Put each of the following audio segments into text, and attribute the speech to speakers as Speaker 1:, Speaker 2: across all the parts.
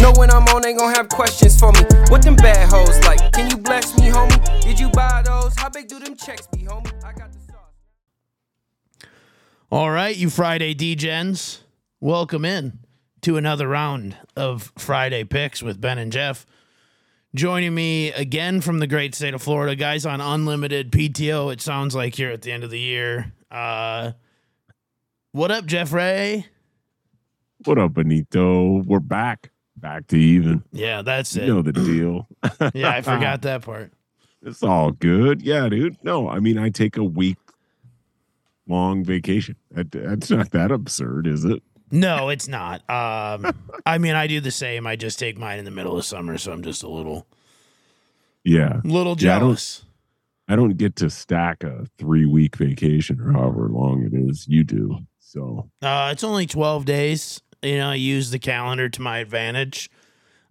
Speaker 1: Know when I'm on, they gon' have questions for me. What them bad hoes like? Can you bless me, homie? Did you buy those? How big do them checks be, homie? I got the sauce.
Speaker 2: All right, you Friday DGens, welcome in to another round of Friday picks with Ben and Jeff. Joining me again from the great state of Florida, guys on unlimited PTO. It sounds like here at the end of the year. Uh, what up, Jeff Ray?
Speaker 3: What up, Benito? We're back, back to even.
Speaker 2: Yeah, that's
Speaker 3: You
Speaker 2: it.
Speaker 3: know the deal.
Speaker 2: Yeah, I forgot that part.
Speaker 3: It's all good. Yeah, dude. No, I mean I take a week long vacation. That, that's not that absurd, is it?
Speaker 2: No, it's not. Um, I mean, I do the same. I just take mine in the middle of summer, so I'm just a little,
Speaker 3: Yeah,
Speaker 2: little
Speaker 3: Yeah, I don't-
Speaker 2: jealous.
Speaker 3: I don't get to stack a three week vacation or however long it is. You do. So
Speaker 2: Uh, it's only 12 days. You know, I use the calendar to my advantage.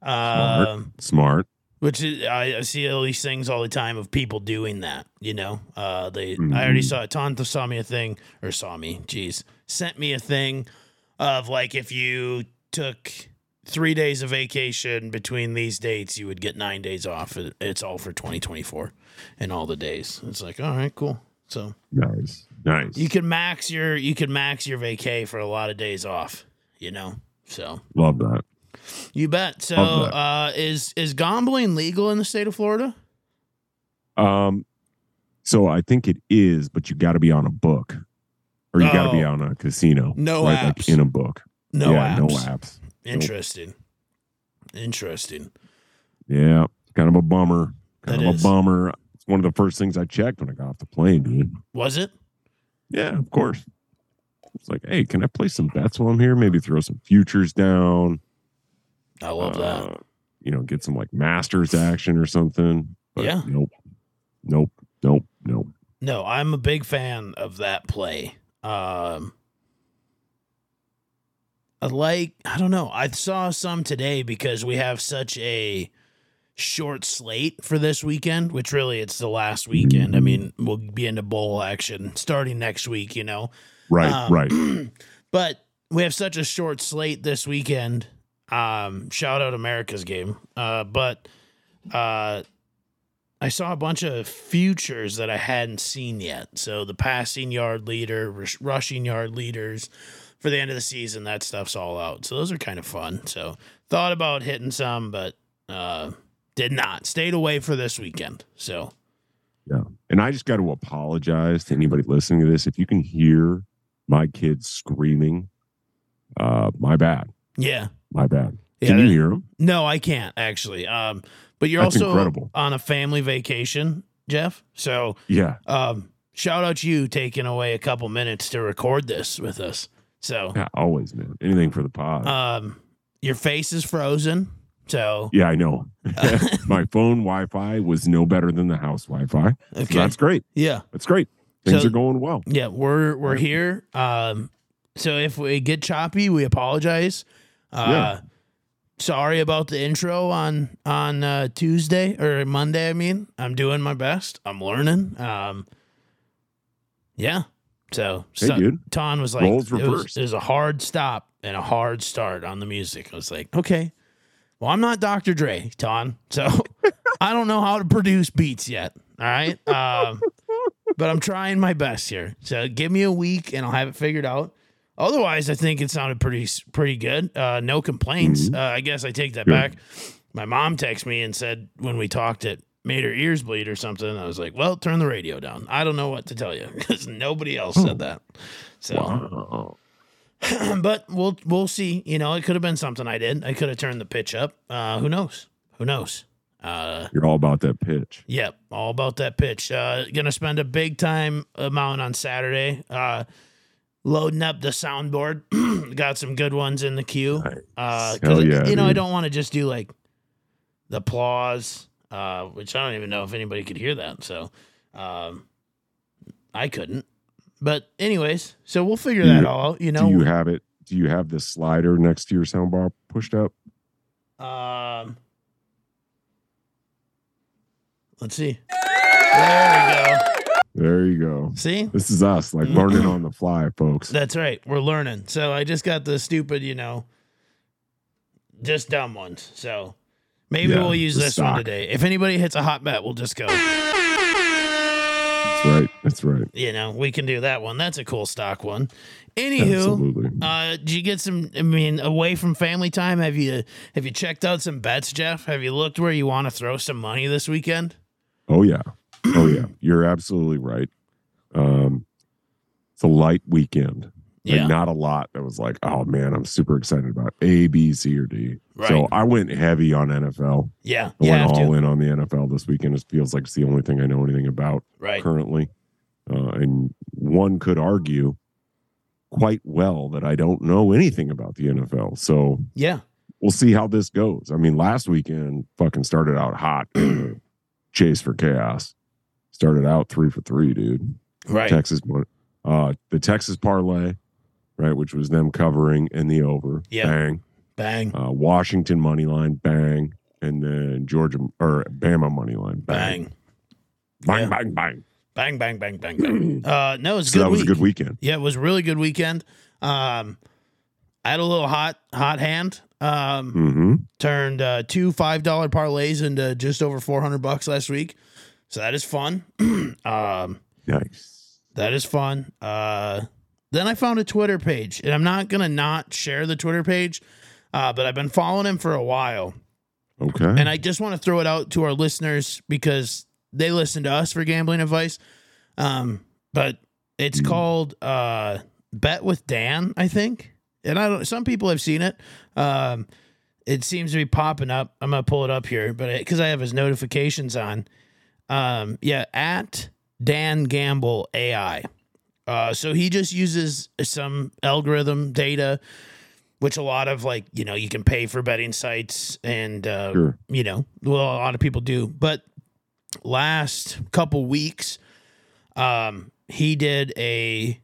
Speaker 2: Uh,
Speaker 3: smart.
Speaker 2: which is, I, I see all these things all the time of people doing that. You know, uh, they I already
Speaker 3: Mhm.
Speaker 2: saw Tonto saw me a thing or saw me, geez, sent me a thing of like if you took three days of vacation between these dates, you would get nine days off. It- It's all for 2024 and all the days. It's like all right, cool. So
Speaker 3: Nice. Nice.
Speaker 2: you can max your you can max your vacay for a lot of days off. You know, so.
Speaker 3: Love that.
Speaker 2: You bet. So,
Speaker 3: Love that.
Speaker 2: uh, is is gambling legal in the state of Florida?
Speaker 3: Um, so I think it is, but you got to be on a book, or you got to be
Speaker 2: Oh.
Speaker 3: on a casino.
Speaker 2: No
Speaker 3: right?
Speaker 2: apps.
Speaker 3: Like in a book.
Speaker 2: No
Speaker 3: yeah,
Speaker 2: apps.
Speaker 3: no apps.
Speaker 2: Interesting. Interesting.
Speaker 3: Yeah, kind of a bummer. Kind
Speaker 2: That
Speaker 3: of
Speaker 2: is.
Speaker 3: a bummer. It's one of the first things I checked when I got off the plane, dude.
Speaker 2: Was it?
Speaker 3: Yeah, of course. It's like, hey, can I play some bets while I'm here? Maybe throw some futures down.
Speaker 2: I love that.
Speaker 3: uh, You know, get some like Masters action or something. But
Speaker 2: Yeah.
Speaker 3: Nope. Nope. Nope. Nope.
Speaker 2: No, I'm a big fan of that play. Um, I like. I don't know. I saw some today because we have such a short slate for this weekend. Which really, it's the last weekend. I mean, we'll be into bowl action starting next week. You know,
Speaker 3: Right.
Speaker 2: Um,
Speaker 3: right.
Speaker 2: but we have such a short slate this weekend. Um, shout out America's game. Uh, but uh, I saw a bunch of futures that I hadn't seen yet. So the passing yard leader, rush- rushing yard leaders for the end of the season, that stuff's all out. So those are kind of fun. So thought about hitting some, but uh, did not. Stayed away for this weekend. So
Speaker 3: And I just got to apologize to anybody listening to this. If you can hear my kids screaming, uh, my bad.
Speaker 2: yeah,
Speaker 3: My bad.
Speaker 2: yeah.
Speaker 3: Can you
Speaker 2: that-
Speaker 3: hear them?
Speaker 2: No, I can't actually. Um, but you're
Speaker 3: That's
Speaker 2: also
Speaker 3: incredible.
Speaker 2: on a family vacation, Jeff. So,
Speaker 3: Yeah.
Speaker 2: um, shout out to you taking away a couple minutes to record this with us. So,
Speaker 3: Yeah, always, man. Anything for the pod.
Speaker 2: um, your face is frozen. So,
Speaker 3: yeah, I know. my phone Wi Fi was no better than the house Wi Fi.
Speaker 2: okay,
Speaker 3: So that's great.
Speaker 2: yeah,
Speaker 3: That's great. Things
Speaker 2: So-
Speaker 3: are going well.
Speaker 2: yeah, we're we're here. Um, so if we get choppy, we apologize. Uh, sorry about the intro on on uh, Tuesday or Monday. I mean, I'm doing my best. I'm learning. Um, yeah. So,
Speaker 3: Hey,
Speaker 2: so-
Speaker 3: dude.
Speaker 2: Ton was like,
Speaker 3: Roles
Speaker 2: it was,
Speaker 3: reversed.
Speaker 2: it was a hard stop and a hard start on the music. I was like, okay, well, I'm not Dr. Dre, Ton, so I don't know how to produce beats yet. All right, um, but I'm trying my best here. So give me a week and I'll have it figured out. Otherwise, I think it sounded pretty s- pretty good. Uh, no complaints.
Speaker 3: Mhm.
Speaker 2: Uh, I guess I take that
Speaker 3: Good.
Speaker 2: back. My mom texted me and said when we talked it made her ears bleed or something. I was like, well, turn the radio down. I don't know what to tell you because nobody else
Speaker 3: Oh.
Speaker 2: said that. So
Speaker 3: Wow.
Speaker 2: but we'll we'll see. You know, it could have been something I did. I could have turned the pitch up. Uh, who knows? Who knows? Uh,
Speaker 3: You're all about that pitch.
Speaker 2: yep, all about that pitch. Uh, gonna spend a big time amount on Saturday. Uh, loading up the soundboard. Got some good ones in the queue.
Speaker 3: Nice.
Speaker 2: Uh, 'cause
Speaker 3: Hell yeah,
Speaker 2: you know, I
Speaker 3: dude.
Speaker 2: don't want to just do like the applause, uh, which I don't even know if anybody could hear that. So, um, I couldn't. But anyways, so we'll figure
Speaker 3: Do
Speaker 2: that
Speaker 3: you-
Speaker 2: all out. You
Speaker 3: Do you
Speaker 2: know,
Speaker 3: have it? Do you have the slider next to your soundbar pushed up?
Speaker 2: um, let's see. There we go.
Speaker 3: There you go.
Speaker 2: See,
Speaker 3: This is us, like
Speaker 2: Mm-hmm.
Speaker 3: learning on the fly, folks.
Speaker 2: that's right. We're learning. So I just got the stupid, you know, just dumb ones. So maybe
Speaker 3: Yeah,
Speaker 2: we'll use
Speaker 3: the
Speaker 2: this
Speaker 3: stock.
Speaker 2: one today. If anybody hits a hot bet, we'll just go.
Speaker 3: That's right. That's right.
Speaker 2: You know, we can do that one. That's a cool stock one. Anywho.
Speaker 3: Absolutely.
Speaker 2: Uh, did you get some? I mean, away from family time, have you have you checked out some bets, Jeff? Have you looked where you want to throw some money this weekend?
Speaker 3: Oh yeah. Oh yeah. You're absolutely right. Um, it's a light weekend. Like,
Speaker 2: Yeah,
Speaker 3: not a lot that was like, oh man, I'm super excited about A, B, C, or D. So
Speaker 2: Right.
Speaker 3: I went heavy on NFL.
Speaker 2: yeah,
Speaker 3: I
Speaker 2: you
Speaker 3: went
Speaker 2: have
Speaker 3: all
Speaker 2: to.
Speaker 3: in on the NFL this weekend. It feels like it's the only thing I know anything about
Speaker 2: Right,
Speaker 3: currently. Uh, and one could argue quite well that I don't know anything about the NFL. So
Speaker 2: yeah,
Speaker 3: we'll see how this goes. I mean, last weekend fucking started out hot in the chase for chaos. Started out three for three, dude.
Speaker 2: right,
Speaker 3: Texas, mon- uh, the Texas parlay, right, which was them covering and the over,
Speaker 2: Yeah.
Speaker 3: bang.
Speaker 2: bang,
Speaker 3: Uh, Washington money line, bang, and then Georgia or Bama money line, bang,
Speaker 2: bang, Yeah.
Speaker 3: bang, bang, bang.
Speaker 2: bang, bang, bang, bang, bang. Uh, no, it's
Speaker 3: So
Speaker 2: good.
Speaker 3: that was
Speaker 2: week.
Speaker 3: a good weekend.
Speaker 2: Yeah, it was a really good weekend. Um, I had a little hot hot hand. Um,
Speaker 3: Mm-hmm.
Speaker 2: turned uh, two five dollar parlays into just over four hundred bucks last week, so that is fun. um.
Speaker 3: Nice.
Speaker 2: That is fun. Uh, then I found a Twitter page, and I'm not gonna not share the Twitter page, uh, but I've been following him for a while,
Speaker 3: Okay.
Speaker 2: and I just want to throw it out to our listeners because they listen to us for gambling advice. Um, but it's
Speaker 3: Mm.
Speaker 2: called uh, Bet with Dan, I think, and I don't. Some people have seen it. Um, it seems to be popping up. I'm gonna pull it up here, but because I have his notifications on, um, yeah, at Dan Gamble AI. Uh, so he just uses some algorithm data, which a lot of like you know you can pay for betting sites and uh,
Speaker 3: sure.
Speaker 2: you know, well, a lot of people do. But last couple weeks, um, he did a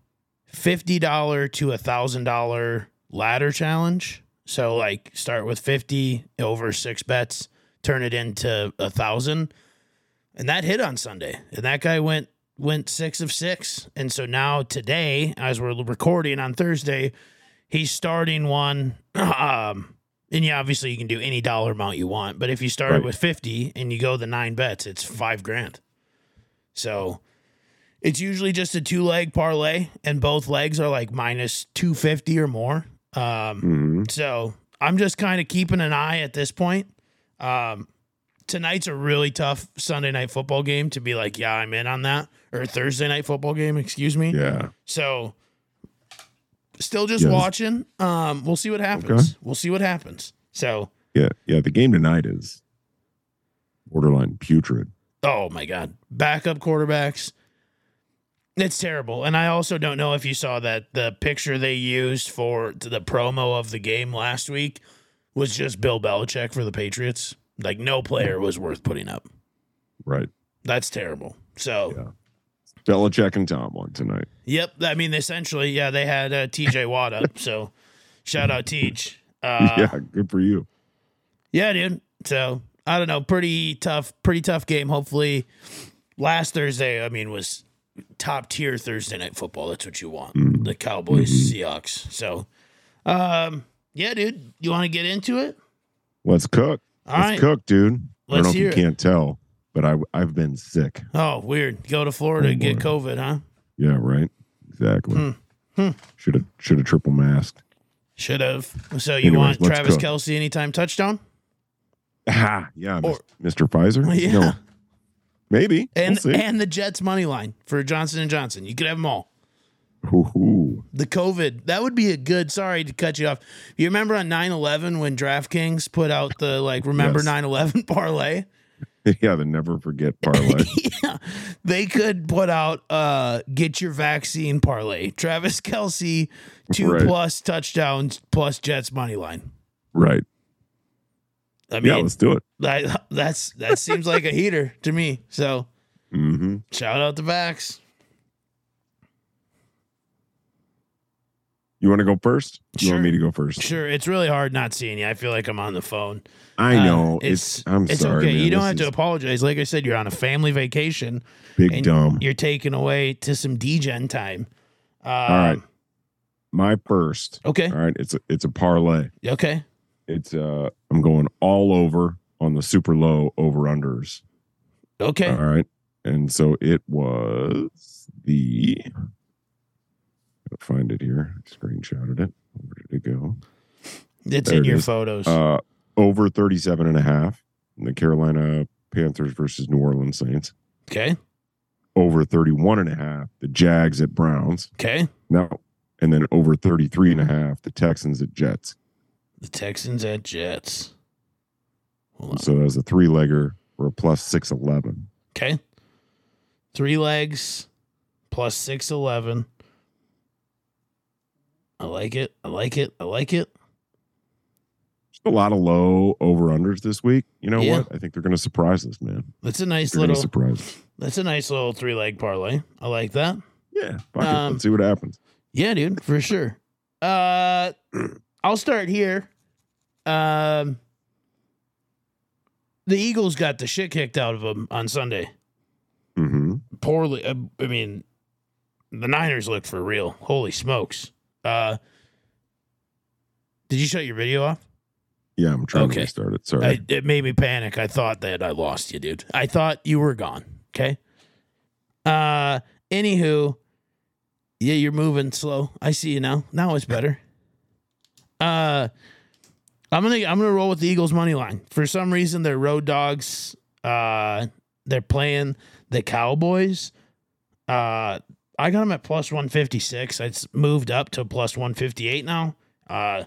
Speaker 2: fifty dollar to a thousand dollar ladder challenge. So like, start with fifty over six bets, turn it into a thousand, and that hit on Sunday. And that guy went went six of six. And so now today, as we're recording on Thursday, he's starting one. Um, and yeah, obviously you can do any dollar amount you want, but if you started
Speaker 3: Right.
Speaker 2: with fifty and you go the nine bets, it's five grand. So it's usually just a two leg parlay, and both legs are like minus two fifty or more. Um,
Speaker 3: Mm-hmm.
Speaker 2: so I'm just kind of keeping an eye at this point. Um, tonight's a really tough Sunday night football game to be like, yeah, I'm in on that, or Thursday night football game, excuse me.
Speaker 3: Yeah.
Speaker 2: So still just
Speaker 3: Yes.
Speaker 2: watching. Um, we'll see what happens. We'll see what happens. So,
Speaker 3: Yeah. Yeah. The game tonight is borderline putrid.
Speaker 2: oh my God, backup quarterbacks. It's terrible. And I also don't know if you saw that the picture they used for the promo of the game last week was just Bill Belichick for the Patriots. Like, no player was worth putting up.
Speaker 3: Right.
Speaker 2: That's terrible. So,
Speaker 3: Yeah. Belichick and Tomlin tonight.
Speaker 2: yep. I mean, essentially, yeah, they had uh, TJ Watt up. So, shout out Teach. Uh,
Speaker 3: yeah. Good for you.
Speaker 2: Yeah, dude. So I don't know. Pretty tough. Pretty tough game. Hopefully, last Thursday. I mean, was top tier Thursday night football. That's what you want.
Speaker 3: Mm.
Speaker 2: The Cowboys,
Speaker 3: Mhm.
Speaker 2: Seahawks. So, um, yeah, dude. You want to get into it?
Speaker 3: Let's cook.
Speaker 2: All
Speaker 3: let's
Speaker 2: right.
Speaker 3: cook, dude. I don't
Speaker 2: Let's
Speaker 3: know if you
Speaker 2: hear it.
Speaker 3: can't tell, but I I've been sick.
Speaker 2: Oh, weird. Go to Florida
Speaker 3: Oh,
Speaker 2: and get
Speaker 3: boy.
Speaker 2: COVID, huh?
Speaker 3: Yeah, right.
Speaker 2: Hmm.
Speaker 3: Exactly.
Speaker 2: Hmm.
Speaker 3: Should have should have triple masked.
Speaker 2: Should have. So you
Speaker 3: Anyways,
Speaker 2: want
Speaker 3: let's
Speaker 2: Travis
Speaker 3: cook.
Speaker 2: Kelsey anytime touchdown?
Speaker 3: Ah, yeah,
Speaker 2: Or-
Speaker 3: mis- Mr. Pfizer.
Speaker 2: Yeah.
Speaker 3: No, maybe.
Speaker 2: And
Speaker 3: we'll see.
Speaker 2: and the Jets money line for Johnson and Johnson. You could have them all.
Speaker 3: Ooh,
Speaker 2: the COVID. That would be a good. Sorry to cut you off. You remember on 9-11 when DraftKings put out the like remember
Speaker 3: Yes.
Speaker 2: 9-11 parlay?
Speaker 3: yeah, the never forget parlay.
Speaker 2: yeah. They could put out uh get your vaccine parlay. Travis Kelsey, two
Speaker 3: Right.
Speaker 2: plus touchdowns plus Jets money line.
Speaker 3: right.
Speaker 2: I
Speaker 3: Yeah,
Speaker 2: mean
Speaker 3: let's do it.
Speaker 2: that, that's that seems like a heater to me. So
Speaker 3: hmm
Speaker 2: shout out the backs.
Speaker 3: You want to go first? You
Speaker 2: Sure.
Speaker 3: want me to go first?
Speaker 2: Sure, it's really hard not seeing you. I feel like I'm on the phone.
Speaker 3: I
Speaker 2: Uh,
Speaker 3: know. it's, I'm
Speaker 2: it's
Speaker 3: sorry.
Speaker 2: okay.
Speaker 3: man.
Speaker 2: You don't
Speaker 3: This
Speaker 2: have to
Speaker 3: is
Speaker 2: apologize. Like I said, you're on a family vacation.
Speaker 3: Big
Speaker 2: and
Speaker 3: dumb.
Speaker 2: You're taken away to some degen time. Um,
Speaker 3: All right. My first.
Speaker 2: Okay.
Speaker 3: All right. It's a, it's a parlay.
Speaker 2: Okay.
Speaker 3: It's uh I'm going all over on the super low over unders.
Speaker 2: Okay.
Speaker 3: All right. And so it was the gotta find it here. Screenshotted it. Where did it go?
Speaker 2: it's
Speaker 3: there
Speaker 2: in
Speaker 3: it
Speaker 2: your
Speaker 3: is.
Speaker 2: photos.
Speaker 3: Uh over 37 and a half. The Carolina Panthers versus New Orleans Saints.
Speaker 2: okay.
Speaker 3: Over 31 and a half. The Jags at Browns.
Speaker 2: Okay.
Speaker 3: No. And then over 33 and a half, the Texans at Jets.
Speaker 2: The Texans at Jets. Hold on.
Speaker 3: So that was a three legger for a plus 611.
Speaker 2: Okay. Three legs plus 611. I like it. I like it. I like it.
Speaker 3: Just a lot of low over unders this week. You know
Speaker 2: Yeah.
Speaker 3: what? I think they're going to surprise us, man.
Speaker 2: That's a nice
Speaker 3: They're going to
Speaker 2: little
Speaker 3: surprise us.
Speaker 2: that's a nice little three leg parlay. I like that.
Speaker 3: Yeah. Fuck it.
Speaker 2: Um,
Speaker 3: Let's see what happens.
Speaker 2: Yeah, dude, for sure. Uh I'll start here. Um the Eagles got the shit kicked out of them on Sunday.
Speaker 3: Mm-hmm.
Speaker 2: poorly. I, I mean, the Niners look for real. Holy smokes! Uh, did you shut your video off?
Speaker 3: Yeah. I'm trying
Speaker 2: Okay.
Speaker 3: to restart it. Sorry.
Speaker 2: I, it made me panic. I thought that I lost you, dude. I thought you were gone. Okay. Uh, anywho, yeah, you're moving slow. I see you now. Now it's better. Uh, I'm gonna I'm gonna roll with the Eagles money line. For some reason, they're road dogs. Uh, they're playing the Cowboys. Uh, I got them at plus one fifty six. It's moved up to plus one fifty eight now. Uh,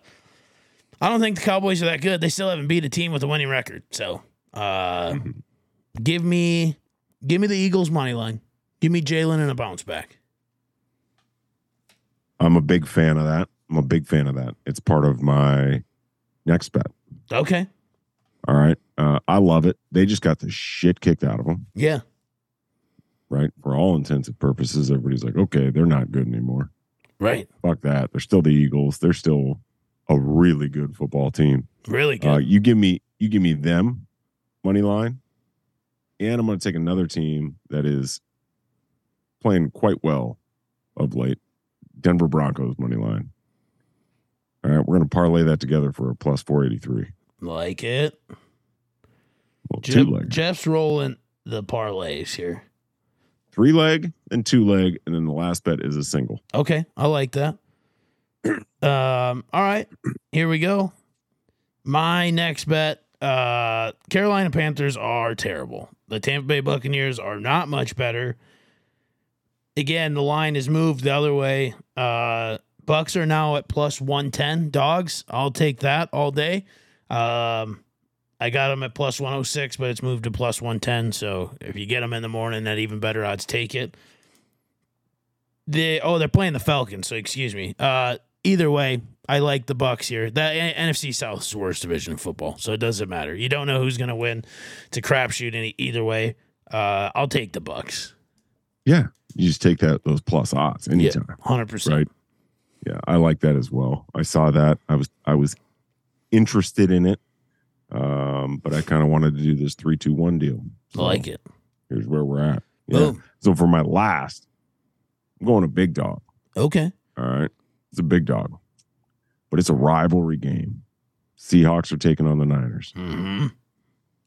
Speaker 2: I don't think the Cowboys are that good. They still haven't beat a team with a winning record. So, uh, give me, give me the Eagles money line. Give me Jalen and a bounce back.
Speaker 3: I'm a big fan of that. I'm a big fan of that. It's part of my next bet.
Speaker 2: Okay.
Speaker 3: All right. Uh, I love it. They just got the shit kicked out of them.
Speaker 2: Yeah.
Speaker 3: right? For all intents and purposes, everybody's like, okay, they're not good anymore.
Speaker 2: Right.
Speaker 3: Fuck that. They're still the Eagles. They're still a really good football team.
Speaker 2: Really
Speaker 3: Uh,
Speaker 2: good.
Speaker 3: you give me you give me them money line, and I'm going to take another team that is playing quite well of late. Denver Broncos money line. All right, we're going to parlay that together for a plus 483.
Speaker 2: like it.
Speaker 3: Well,
Speaker 2: Je-
Speaker 3: two leg,
Speaker 2: Jeff's rolling the parlays here.
Speaker 3: three leg, then two leg, and then the last bet is a single.
Speaker 2: Okay, I like that. Um, all right, here we go. My next bet: uh, Carolina Panthers are terrible. The Tampa Bay Buccaneers are not much better. Again, the line has moved the other way. Uh, Bucks are now at plus one ten. Dogs, I'll take that all day. Um, I got them at plus one hundred six, but it's moved to plus one ten. So if you get them in the morning at even better odds, take it. They oh they're playing the Falcons, so excuse me. Uh either way, I like the Bucks here. That A- NFC South is the worst division of football, so it doesn't matter. You don't know who's gonna win. It's a crapshoot any either way. Uh I'll take the Bucks.
Speaker 3: You just take that those plus odds anytime.
Speaker 2: Hundred percent.
Speaker 3: right yeah i like that as well i saw that i was i was interested in it um but i kind of wanted to do this three two one deal
Speaker 2: I like it.
Speaker 3: here's where we're at yeah.
Speaker 2: Boom.
Speaker 3: so for my last i'm going to big dog
Speaker 2: Okay.
Speaker 3: all right it's a big dog but it's a rivalry game seahawks are taking on the niners
Speaker 2: hmm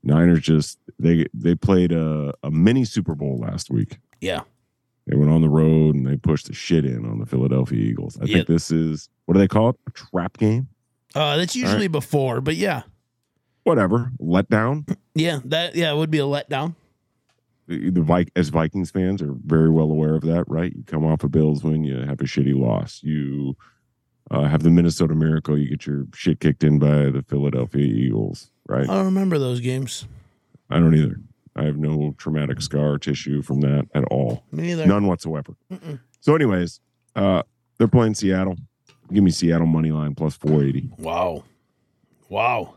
Speaker 3: niners just they they played a, a mini super bowl last week
Speaker 2: Yeah.
Speaker 3: they went on the road and they pushed the shit in on the philadelphia eagles i
Speaker 2: Yep.
Speaker 3: think this is what do they call it a trap game
Speaker 2: Uh that's usually before, but yeah.
Speaker 3: whatever letdown.
Speaker 2: Yeah, that yeah, it would be a letdown.
Speaker 3: The the Vik as Vikings fans are very well aware of that, right? You come off a Bills win, you have a shitty loss. You uh, have the Minnesota Miracle, you get your shit kicked in by the Philadelphia Eagles,
Speaker 2: I
Speaker 3: right?
Speaker 2: don't remember those games.
Speaker 3: I don't either. I have no traumatic scar tissue from that at all,
Speaker 2: Me neither.
Speaker 3: none whatsoever.
Speaker 2: Mm-mm.
Speaker 3: So, anyways, uh, they're playing Seattle. Give me Seattle money line plus four eighty.
Speaker 2: Wow. Wow.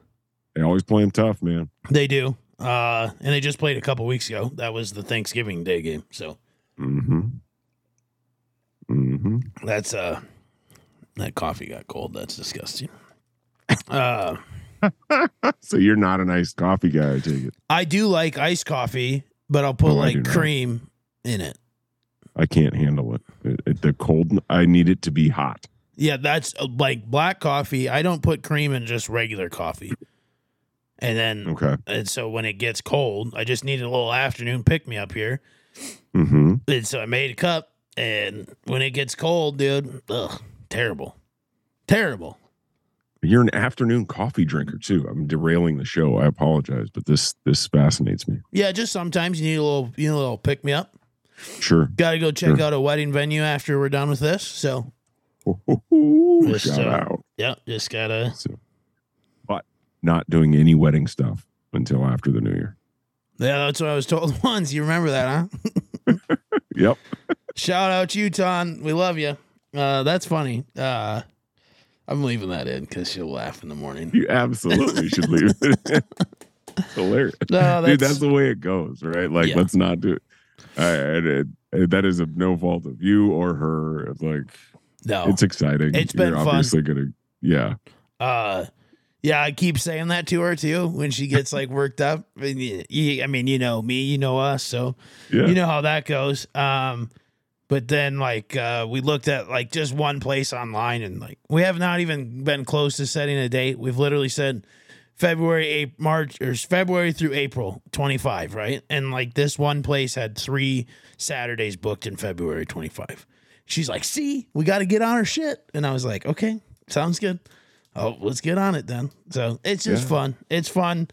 Speaker 3: They always play them tough, man.
Speaker 2: They do. Uh, and they just played a couple weeks ago. That was the Thanksgiving Day game. So
Speaker 3: Mm-hmm. Mm-hmm.
Speaker 2: that's uh That coffee got cold. That's disgusting. Uh,
Speaker 3: so you're not an iced coffee guy, I take it.
Speaker 2: I do like iced coffee, but I'll put
Speaker 3: Oh, I do
Speaker 2: like
Speaker 3: not.
Speaker 2: cream in it.
Speaker 3: I can't handle it. It- it- the cold, I need it to be hot.
Speaker 2: Yeah, that's uh, like black coffee. I don't put cream in just regular coffee. And then,
Speaker 3: Okay.
Speaker 2: and so when it gets cold, I just need a little afternoon pick me up here.
Speaker 3: Mm-hmm.
Speaker 2: And so I made a cup, and when it gets cold, dude, ugh, terrible, terrible.
Speaker 3: You're an afternoon coffee drinker too. I'm derailing the show. I apologize, but this this fascinates me.
Speaker 2: Yeah, just sometimes you need a little, you know, a little pick me up.
Speaker 3: Sure.
Speaker 2: Got to go check
Speaker 3: Sure.
Speaker 2: out a wedding venue after we're done with this. So, Yes,
Speaker 3: Shout
Speaker 2: sir.
Speaker 3: out.
Speaker 2: yeah, just gotta.
Speaker 3: So, but not doing any wedding stuff until after the new year.
Speaker 2: Yeah, that's what I was told once. You remember that, huh?
Speaker 3: Yep.
Speaker 2: Shout out Utah. We love you. Uh, that's funny. Uh, I'm leaving that in because she'll laugh in the morning.
Speaker 3: You absolutely should leave it. Hilarious.
Speaker 2: No,
Speaker 3: Dude,
Speaker 2: that's-
Speaker 3: that's the way it goes, right? Like,
Speaker 2: Yeah.
Speaker 3: let's not do it. I, I- I- that is of no fault of you or her. It's like,
Speaker 2: No.
Speaker 3: it's exciting.
Speaker 2: Oh. It's been
Speaker 3: You're
Speaker 2: fun.
Speaker 3: obviously gonna, yeah.
Speaker 2: uh yeah i keep saying that to her too when she gets like worked up I mean, y- y- I mean you know me you know us so
Speaker 3: Yeah.
Speaker 2: you know how that goes um but then like uh we looked at like just one place online and like we have not even been close to setting a date we've literally said february April, march or february through april 25 right and like this one place had three saturdays booked in february 25 she's like see we got to get on her shit and i was like okay sounds good Oh, let's get on it then. So it's just
Speaker 3: Yeah.
Speaker 2: fun. It's fun.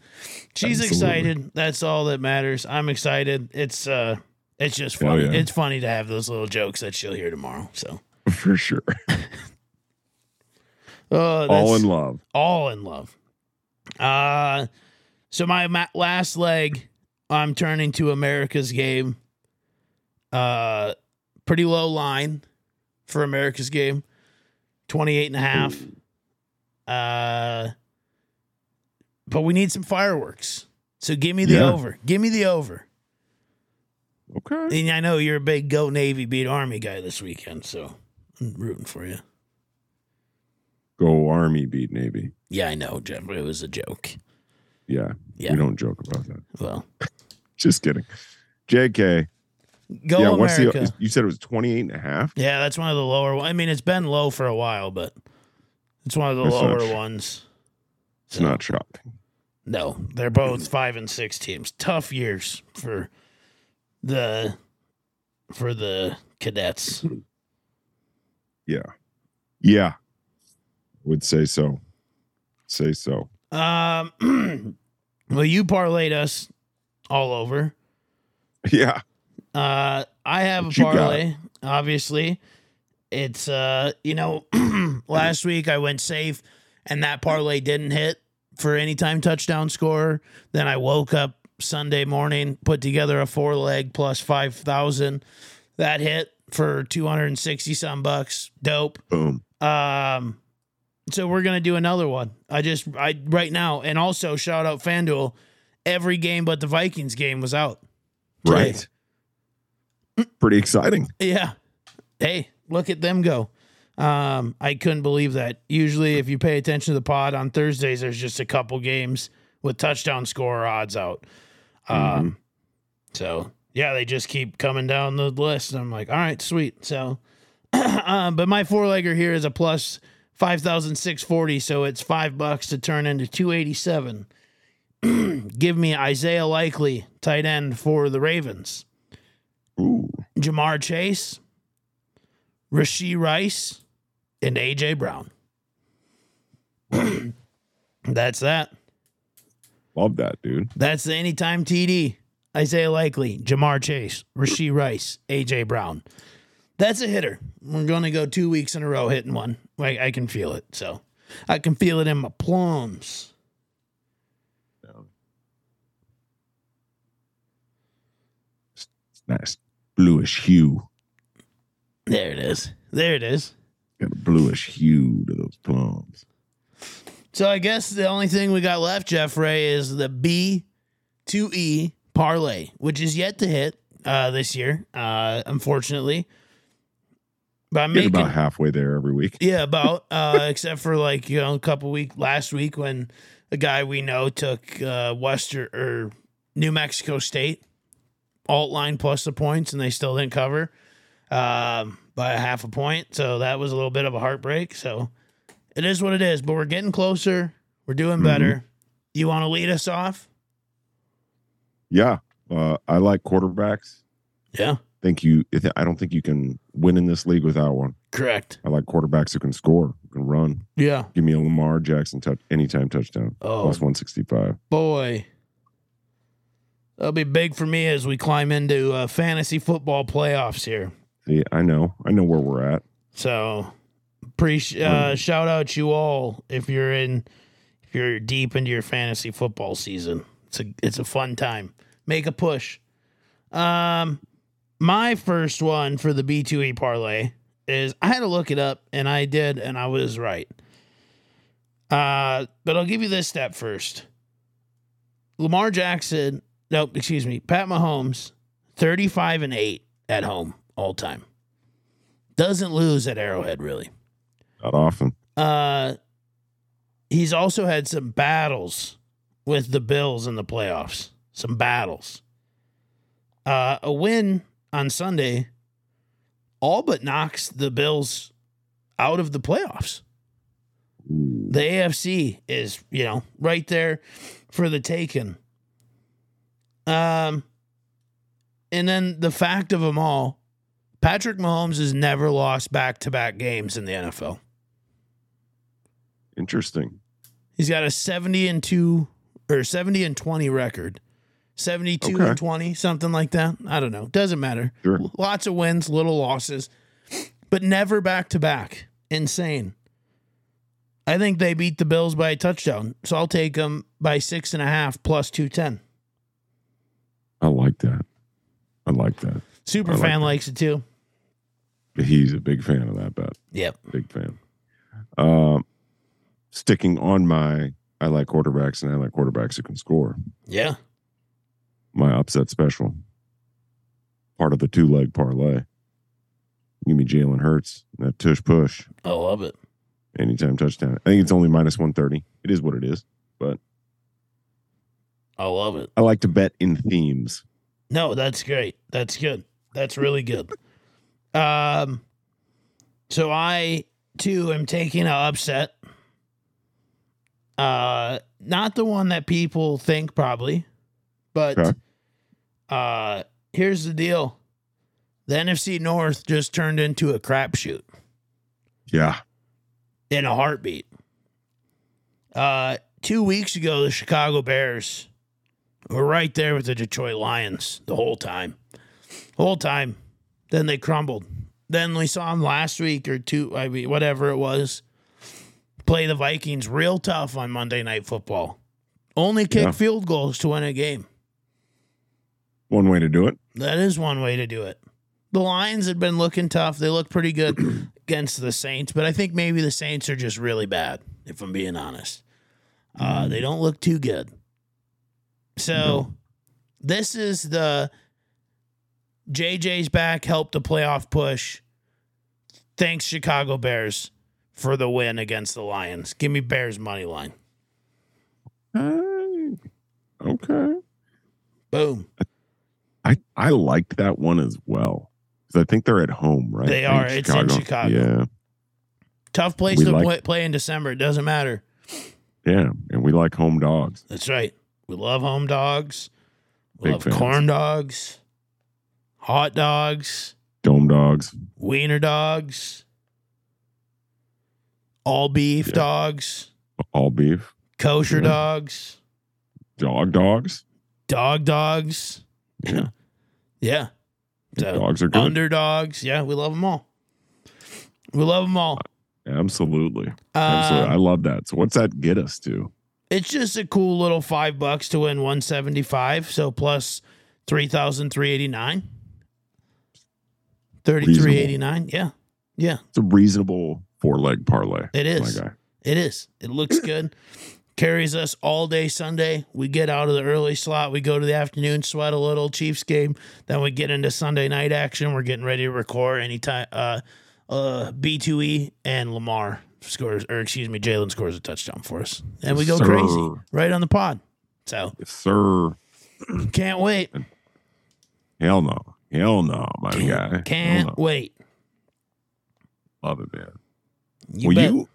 Speaker 2: She's
Speaker 3: Absolutely.
Speaker 2: excited. That's all that matters. I'm excited. It's uh it's just
Speaker 3: Hell
Speaker 2: funny.
Speaker 3: Oh, yeah.
Speaker 2: It's funny to have those little jokes that she'll hear tomorrow. So
Speaker 3: for sure.
Speaker 2: uh, that's
Speaker 3: All in love.
Speaker 2: all in love. Uh so my ma- last leg, I'm turning to America's game. Uh pretty low line for America's game. 28 and a half. Uh but we need some fireworks. So give me the
Speaker 3: Yeah.
Speaker 2: over. Give me the over.
Speaker 3: Okay.
Speaker 2: And I know you're a big Go Navy beat Army guy this weekend, so I'm rooting for you.
Speaker 3: Go Army beat Navy.
Speaker 2: Yeah, I know, Jeff. It was a joke.
Speaker 3: Yeah.
Speaker 2: Yeah.
Speaker 3: We don't joke about that.
Speaker 2: Well,
Speaker 3: Just kidding. JK.
Speaker 2: go
Speaker 3: yeah. What's
Speaker 2: America.
Speaker 3: the, you said it was 28 and a half?
Speaker 2: Yeah, that's one of the lower. I mean, it's been low for a while, but it's one of the
Speaker 3: That's not
Speaker 2: lower
Speaker 3: sh-
Speaker 2: ones.
Speaker 3: It's not shocking.
Speaker 2: No, they're both five and six teams. Tough years for the for the cadets.
Speaker 3: Yeah. Would say so. Say so.
Speaker 2: Um, well, you parlayed us all over.
Speaker 3: Yeah.
Speaker 2: Uh, I have
Speaker 3: What
Speaker 2: a
Speaker 3: you got?
Speaker 2: parlay. Obviously, it's uh, you know, last week I went safe, and that parlay didn't hit for any time touchdown score. Then I woke up Sunday morning, put together a four leg plus five thousand. That hit for two hundred and sixty some bucks. Dope.
Speaker 3: Boom.
Speaker 2: Um, so we're gonna do another one. I just I right now, and also shout out FanDuel. Every game but the Vikings game was out.
Speaker 3: Right. Pretty exciting.
Speaker 2: Yeah. Hey, look at them go. Um, I couldn't believe that. Usually, if you pay attention to the pod on Thursdays, there's just a couple games with touchdown score odds out. Um, so yeah, they just keep coming down the list. And I'm like, all right, sweet. So, um, but my four legger here is a plus five thousand six forty, so it's five bucks to turn into two eighty seven. Give me Isaiah Likely, tight end for the Ravens.
Speaker 3: Ooh.
Speaker 2: Jamar Chase, Rasheed Rice, and AJ Brown. That's that.
Speaker 3: Love that, dude.
Speaker 2: That's the anytime TD. Isaiah Likely, Jamar Chase, Rasheed Rice, AJ Brown. That's a hitter. We're going to go two weeks in a row hitting one. I, I can feel it. So I can feel it in my plums.
Speaker 3: It's nice. Bluish hue.
Speaker 2: There it is. There it is.
Speaker 3: Got a bluish hue to those plums.
Speaker 2: So I guess the only thing we got left, Jeff Ray, is the B two E parlay, which is yet to hit uh, this year, uh, unfortunately. But I'm
Speaker 3: Get
Speaker 2: making
Speaker 3: about halfway there every week.
Speaker 2: yeah about uh, except for like you know a couple week last week when a guy we know took uh, Western or New Mexico State alt line plus the points and they still didn't cover um, by a half a point. So that was a little bit of a heartbreak. So it is what it is. But we're getting closer. We're doing better. You want to lead us off?
Speaker 3: Yeah, uh, I like quarterbacks.
Speaker 2: Yeah,
Speaker 3: Think you? I don't think you can win in this league without one.
Speaker 2: correct.
Speaker 3: I like quarterbacks who can score, who can run.
Speaker 2: Yeah.
Speaker 3: Give me a Lamar Jackson touch anytime touchdown
Speaker 2: Oh
Speaker 3: plus one sixty five.
Speaker 2: boy. That'll be big for me as we climb into uh, fantasy football playoffs here.
Speaker 3: See, I know, I know where we're at.
Speaker 2: So, appreciate uh,
Speaker 3: Wonderful.
Speaker 2: shout out you all if you're in if you're deep into your fantasy football season. It's a it's a fun time. Make a push. Um, my first one for the B two E parlay is I had to look it up and I did and I was right. Uh, but I'll give you this step first. Lamar Jackson, nope, excuse me, Pat Mahomes, thirty five and eight at home all time doesn't lose at Arrowhead really.
Speaker 3: Not often.
Speaker 2: Uh he's also had some battles with the Bills in the playoffs. Some battles. Uh a win on Sunday all but knocks the Bills out of the playoffs.
Speaker 3: Ooh.
Speaker 2: The AFC is, you know, right there for the taking. Um and then the fact of them all, Patrick Mahomes has never lost back-to-back games in the NFL.
Speaker 3: Interesting.
Speaker 2: He's got a 70 and 2 or 70 and 20 record. 72
Speaker 3: Okay.
Speaker 2: and 20, something like that. I don't know. Doesn't matter.
Speaker 3: Sure.
Speaker 2: Lots of wins, little losses, but never back to back. Insane. I think they beat the Bills by a touchdown. So I'll take them by six and a half plus 210.
Speaker 3: I like that. I like that.
Speaker 2: Super
Speaker 3: I like
Speaker 2: fan
Speaker 3: that.
Speaker 2: likes it too.
Speaker 3: He's a big fan of that bet.
Speaker 2: Yep.
Speaker 3: Big fan. Um, sticking on my, I like quarterbacks and I like quarterbacks who can score.
Speaker 2: Yeah.
Speaker 3: My upset special, part of the two leg parlay. Give me Jalen Hurts and that tush push
Speaker 2: I love it.
Speaker 3: anytime touchdown. I think it's only minus one thirty. It is what it is.
Speaker 2: I love it.
Speaker 3: I like to bet in themes.
Speaker 2: No, that's great. That's good. That's really good. Um, so I too am taking a upset. Uh, not the one that people think probably, but
Speaker 3: Okay.
Speaker 2: uh, here's the deal: the NFC North just turned into a crapshoot
Speaker 3: Yeah,
Speaker 2: in a heartbeat. Uh, two weeks ago, the Chicago Bears were right there with the Detroit Lions the whole time, whole time. Then they crumbled. Then we saw them last week or two, I mean, whatever it was, play the Vikings real tough on Monday Night Football. Only kick
Speaker 3: Yeah.
Speaker 2: field goals to win a game.
Speaker 3: one way to do it.
Speaker 2: That is one way to do it. The Lions had been looking tough. They look pretty good against the Saints, but I think maybe the Saints are just really bad, if I'm being honest. Uh, they don't look too good. So
Speaker 3: Mm. No.
Speaker 2: this is the JJ's back, help the playoff push. Thanks, Chicago Bears, for the win against the Lions. Give me Bears money line.
Speaker 3: Hey, okay.
Speaker 2: Boom.
Speaker 3: I I liked that one as well because I think they're at home, right?
Speaker 2: They
Speaker 3: I
Speaker 2: are.
Speaker 3: think
Speaker 2: It's in Chicago.
Speaker 3: Yeah,
Speaker 2: Tough place
Speaker 3: We
Speaker 2: to
Speaker 3: like-
Speaker 2: play, play in December. It doesn't matter.
Speaker 3: yeah, and we like home dogs.
Speaker 2: That's right. We love home dogs. We
Speaker 3: Big
Speaker 2: love
Speaker 3: fans.
Speaker 2: corn dogs, hot dogs,
Speaker 3: Dome dogs.
Speaker 2: wiener dogs, all beef
Speaker 3: Yeah.
Speaker 2: dogs,
Speaker 3: all beef,
Speaker 2: kosher
Speaker 3: Yeah.
Speaker 2: dogs,
Speaker 3: dog dogs.
Speaker 2: dog dogs.
Speaker 3: Yeah.
Speaker 2: Yeah. So,
Speaker 3: dogs are good.
Speaker 2: underdogs. Yeah, we love them all. We love them all.
Speaker 3: Absolutely. Absolutely. I
Speaker 2: Um,
Speaker 3: love that. So what's that get us to?
Speaker 2: it's just a cool little five bucks to win 175. So plus 3,389. 3389. Yeah. Yeah.
Speaker 3: It's a reasonable four leg parlay.
Speaker 2: It is.
Speaker 3: My guy.
Speaker 2: It is. It looks good. Carries us all day Sunday. We get out of the early slot. We go to the afternoon, sweat a little, Chiefs game. Then we get into Sunday night action. We're getting ready to record anytime, uh, uh, B2E and Lamar scores, or excuse me, Jalen scores a touchdown for us. And we go
Speaker 3: Sir.
Speaker 2: crazy right on the pod. So
Speaker 3: Yes, sir.
Speaker 2: can't wait.
Speaker 3: Hell no. Hell no, my guy. Hell
Speaker 2: Can't
Speaker 3: no.
Speaker 2: wait.
Speaker 3: Love it, man.
Speaker 2: You
Speaker 3: well,
Speaker 2: bet.
Speaker 3: you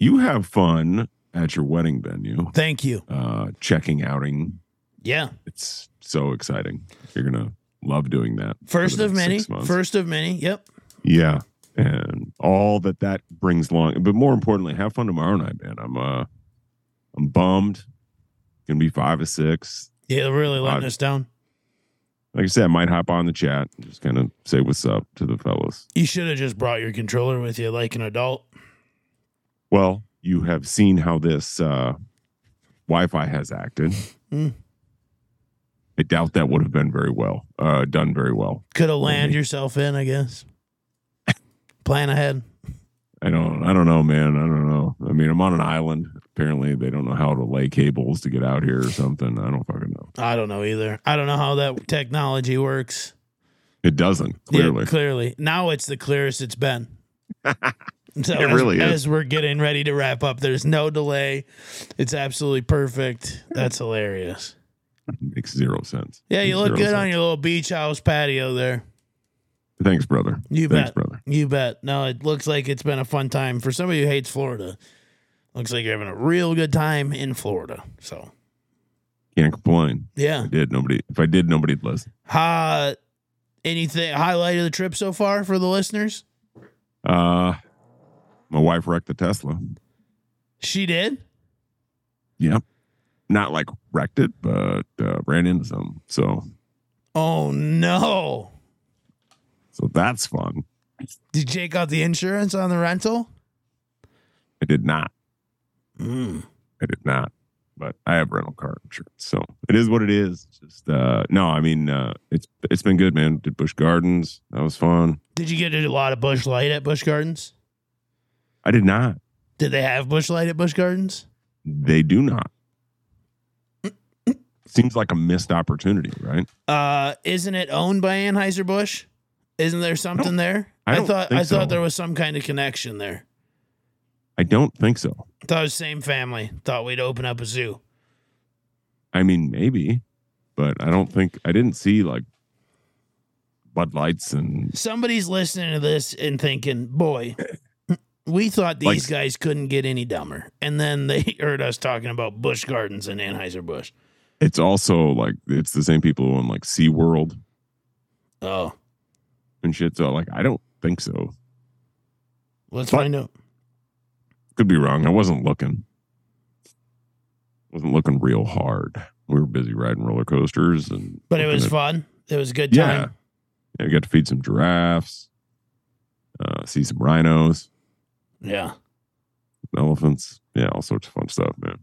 Speaker 3: you have fun at your wedding venue,
Speaker 2: Thank you.
Speaker 3: uh, checking outing.
Speaker 2: Yeah.
Speaker 3: It's so exciting. You're gonna love doing that. for
Speaker 2: First
Speaker 3: the
Speaker 2: of
Speaker 3: next
Speaker 2: many.
Speaker 3: six months.
Speaker 2: First of many. Yep.
Speaker 3: Yeah, and all that that brings along. But more importantly, have fun tomorrow night, man. I'm uh, I'm bummed. Gonna be five or six.
Speaker 2: Yeah, really letting
Speaker 3: Uh,
Speaker 2: us down.
Speaker 3: Like I said, I might hop on the chat and just kind of say what's up to the fellas.
Speaker 2: You should have just brought your controller with you like an adult.
Speaker 3: Well, you have seen how this uh, Wi-Fi has acted.
Speaker 2: Hmm.
Speaker 3: I doubt that would have been very well uh, done. Very well.
Speaker 2: Could have land
Speaker 3: Maybe.
Speaker 2: yourself in, I guess. Plan ahead.
Speaker 3: I don't. I don't know, man. I don't know. I mean, I'm on an island. Apparently, they don't know how to lay cables to get out here or something. I don't fucking know.
Speaker 2: I don't know either. I don't know how that technology works.
Speaker 3: It doesn't
Speaker 2: Yeah,
Speaker 3: clearly.
Speaker 2: clearly. Now it's the clearest it's been. so
Speaker 3: It
Speaker 2: as,
Speaker 3: really is.
Speaker 2: As we're getting ready to wrap up, there's no delay. It's absolutely perfect. That's hilarious.
Speaker 3: makes zero sense.
Speaker 2: Yeah, you
Speaker 3: Makes
Speaker 2: look
Speaker 3: zero
Speaker 2: good on
Speaker 3: sense.
Speaker 2: your little beach house patio there.
Speaker 3: Thanks, brother.
Speaker 2: You
Speaker 3: Thanks,
Speaker 2: bet.
Speaker 3: brother.
Speaker 2: You bet. No, it looks like it's been a fun time for somebody who hates Florida. Looks like you're having a real good time in Florida. So,
Speaker 3: Can't complain.
Speaker 2: yeah.
Speaker 3: I did nobody. If I did, nobody'd listen.
Speaker 2: Uh, anything highlight of the trip so far for the listeners?
Speaker 3: Uh, my wife wrecked the Tesla.
Speaker 2: She did.
Speaker 3: Yep. Not like wrecked it, but uh, ran into something. So,
Speaker 2: Oh no!
Speaker 3: so that's fun.
Speaker 2: Did Jake got the insurance on the rental?
Speaker 3: I did not.
Speaker 2: Mm.
Speaker 3: I did not. But I have rental car insurance, so it is what it is. It's Just uh, no, I mean uh, it's it's been good, man. Did Bush Gardens? That was fun.
Speaker 2: Did you get a lot of bush light at Bush Gardens?
Speaker 3: I did not.
Speaker 2: Did they have bush light at Bush Gardens?
Speaker 3: They do not. Seems like a missed opportunity, right?
Speaker 2: Uh, isn't it owned by Anheuser Busch? Isn't there something there?
Speaker 3: I don't
Speaker 2: thought
Speaker 3: think
Speaker 2: I thought
Speaker 3: so.
Speaker 2: there was some kind of connection there.
Speaker 3: I don't think so.
Speaker 2: Thought it was same family. Thought we'd open up a zoo.
Speaker 3: I mean, maybe, but I don't think I didn't see like Bud Lights and
Speaker 2: Somebody's listening to this and thinking, "Boy, we thought these
Speaker 3: Like-
Speaker 2: guys couldn't get any dumber," and then they heard us talking about Busch Gardens and Anheuser Busch.
Speaker 3: it's also like it's the same people who own like SeaWorld
Speaker 2: Oh,
Speaker 3: and shit. So like I don't think so.
Speaker 2: let's
Speaker 3: But-
Speaker 2: find out.
Speaker 3: Could be wrong. I wasn't looking. Wasn't looking real hard. We were busy riding roller coasters and
Speaker 2: But it
Speaker 3: looking
Speaker 2: was
Speaker 3: at-
Speaker 2: fun. It was a good
Speaker 3: Yeah.
Speaker 2: time.
Speaker 3: yeah, we got to feed some giraffes, uh, see some rhinos,
Speaker 2: Yeah.
Speaker 3: elephants. Yeah, all sorts of fun stuff, man.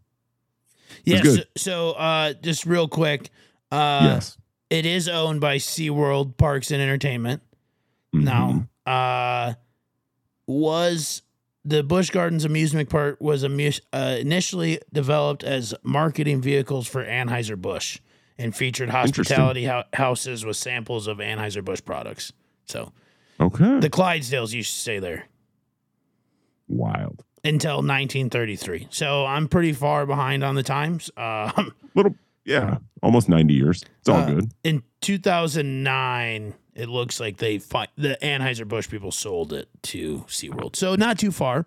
Speaker 2: Yeah.
Speaker 3: was
Speaker 2: So, so uh, just real quick, uh,
Speaker 3: yes.
Speaker 2: it is owned by SeaWorld Parks and Entertainment.
Speaker 3: Mhm.
Speaker 2: Now, uh, was the Busch Gardens amusement park was amu- uh, initially developed as marketing vehicles for Anheuser Busch and featured hospitality hou- houses with samples of Anheuser Busch products. So
Speaker 3: Okay.
Speaker 2: the Clydesdales used to stay there.
Speaker 3: Wild.
Speaker 2: until 1933. So I'm pretty far behind on the times. Um,
Speaker 3: little yeah almost 90 years it's all
Speaker 2: Uh,
Speaker 3: good
Speaker 2: in 2009, it looks like they fi- the Anheuser-Busch people sold it to SeaWorld. So not too far.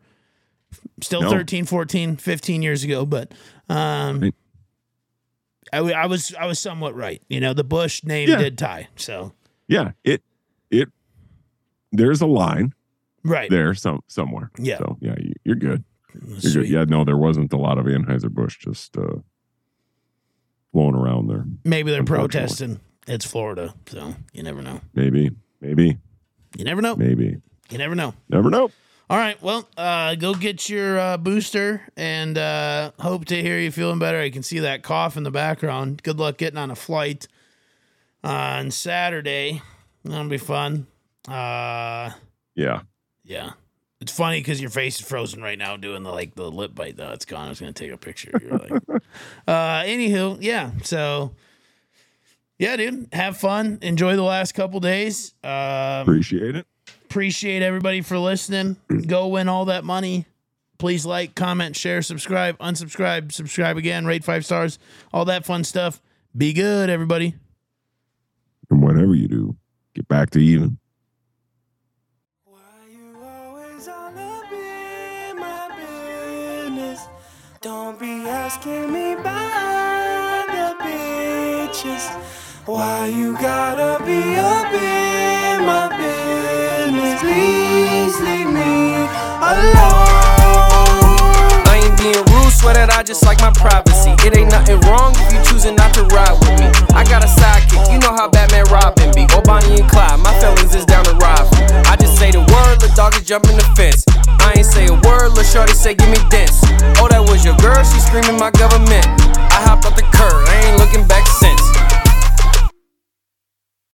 Speaker 2: Still
Speaker 3: No.
Speaker 2: 13, 14, 15 years ago, but um
Speaker 3: Right.
Speaker 2: I, w- I was I was somewhat right. You know, the Bush name
Speaker 3: Yeah.
Speaker 2: did tie. So,
Speaker 3: yeah it it there's a line
Speaker 2: right.
Speaker 3: there some somewhere
Speaker 2: Yeah.
Speaker 3: so yeah you- you're good you're
Speaker 2: Sweet.
Speaker 3: good yeah no there wasn't a lot of anheuser-busch just uh blowing around there
Speaker 2: Maybe they're
Speaker 3: Unfortunately.
Speaker 2: protesting. It's Florida, so you never know.
Speaker 3: maybe maybe
Speaker 2: You never know.
Speaker 3: maybe
Speaker 2: You never know.
Speaker 3: never know
Speaker 2: All right. Well, uh, go get your uh, booster and uh, hope to hear you feeling better. I can see that cough in the background. Good luck getting on a flight uh, on Saturday. That'll be fun. Uh,
Speaker 3: yeah
Speaker 2: yeah. It's funny because your face is frozen right now doing the like the lip bite though. It's gone. I was gonna take a picture. You're like, uh, anywho, yeah. So, yeah, dude, have fun. Enjoy the last couple days. Um,
Speaker 3: appreciate it
Speaker 2: Appreciate everybody for listening. Go win all that money. Please like, comment, share, subscribe, unsubscribe, subscribe again, rate five stars, all that fun stuff. Be good, everybody.
Speaker 3: And whatever you do, get back to even.
Speaker 1: Why you always all up in my business? Don't be asking me by the bitches. Why you gotta be up in my business? Please leave me alone. I ain't being rude, swear that I just like my privacy. It ain't nothing wrong if you choosing not to ride with me. I got a sidekick, you know how Batman Robin be. Or Bonnie and Clyde, my fellas is down to ride. for me. I just say the word, the dog is jumping the fence. I ain't say a word, lil' shorty say give me dents. Oh, that was your girl, she screaming my government. I hopped off the curb,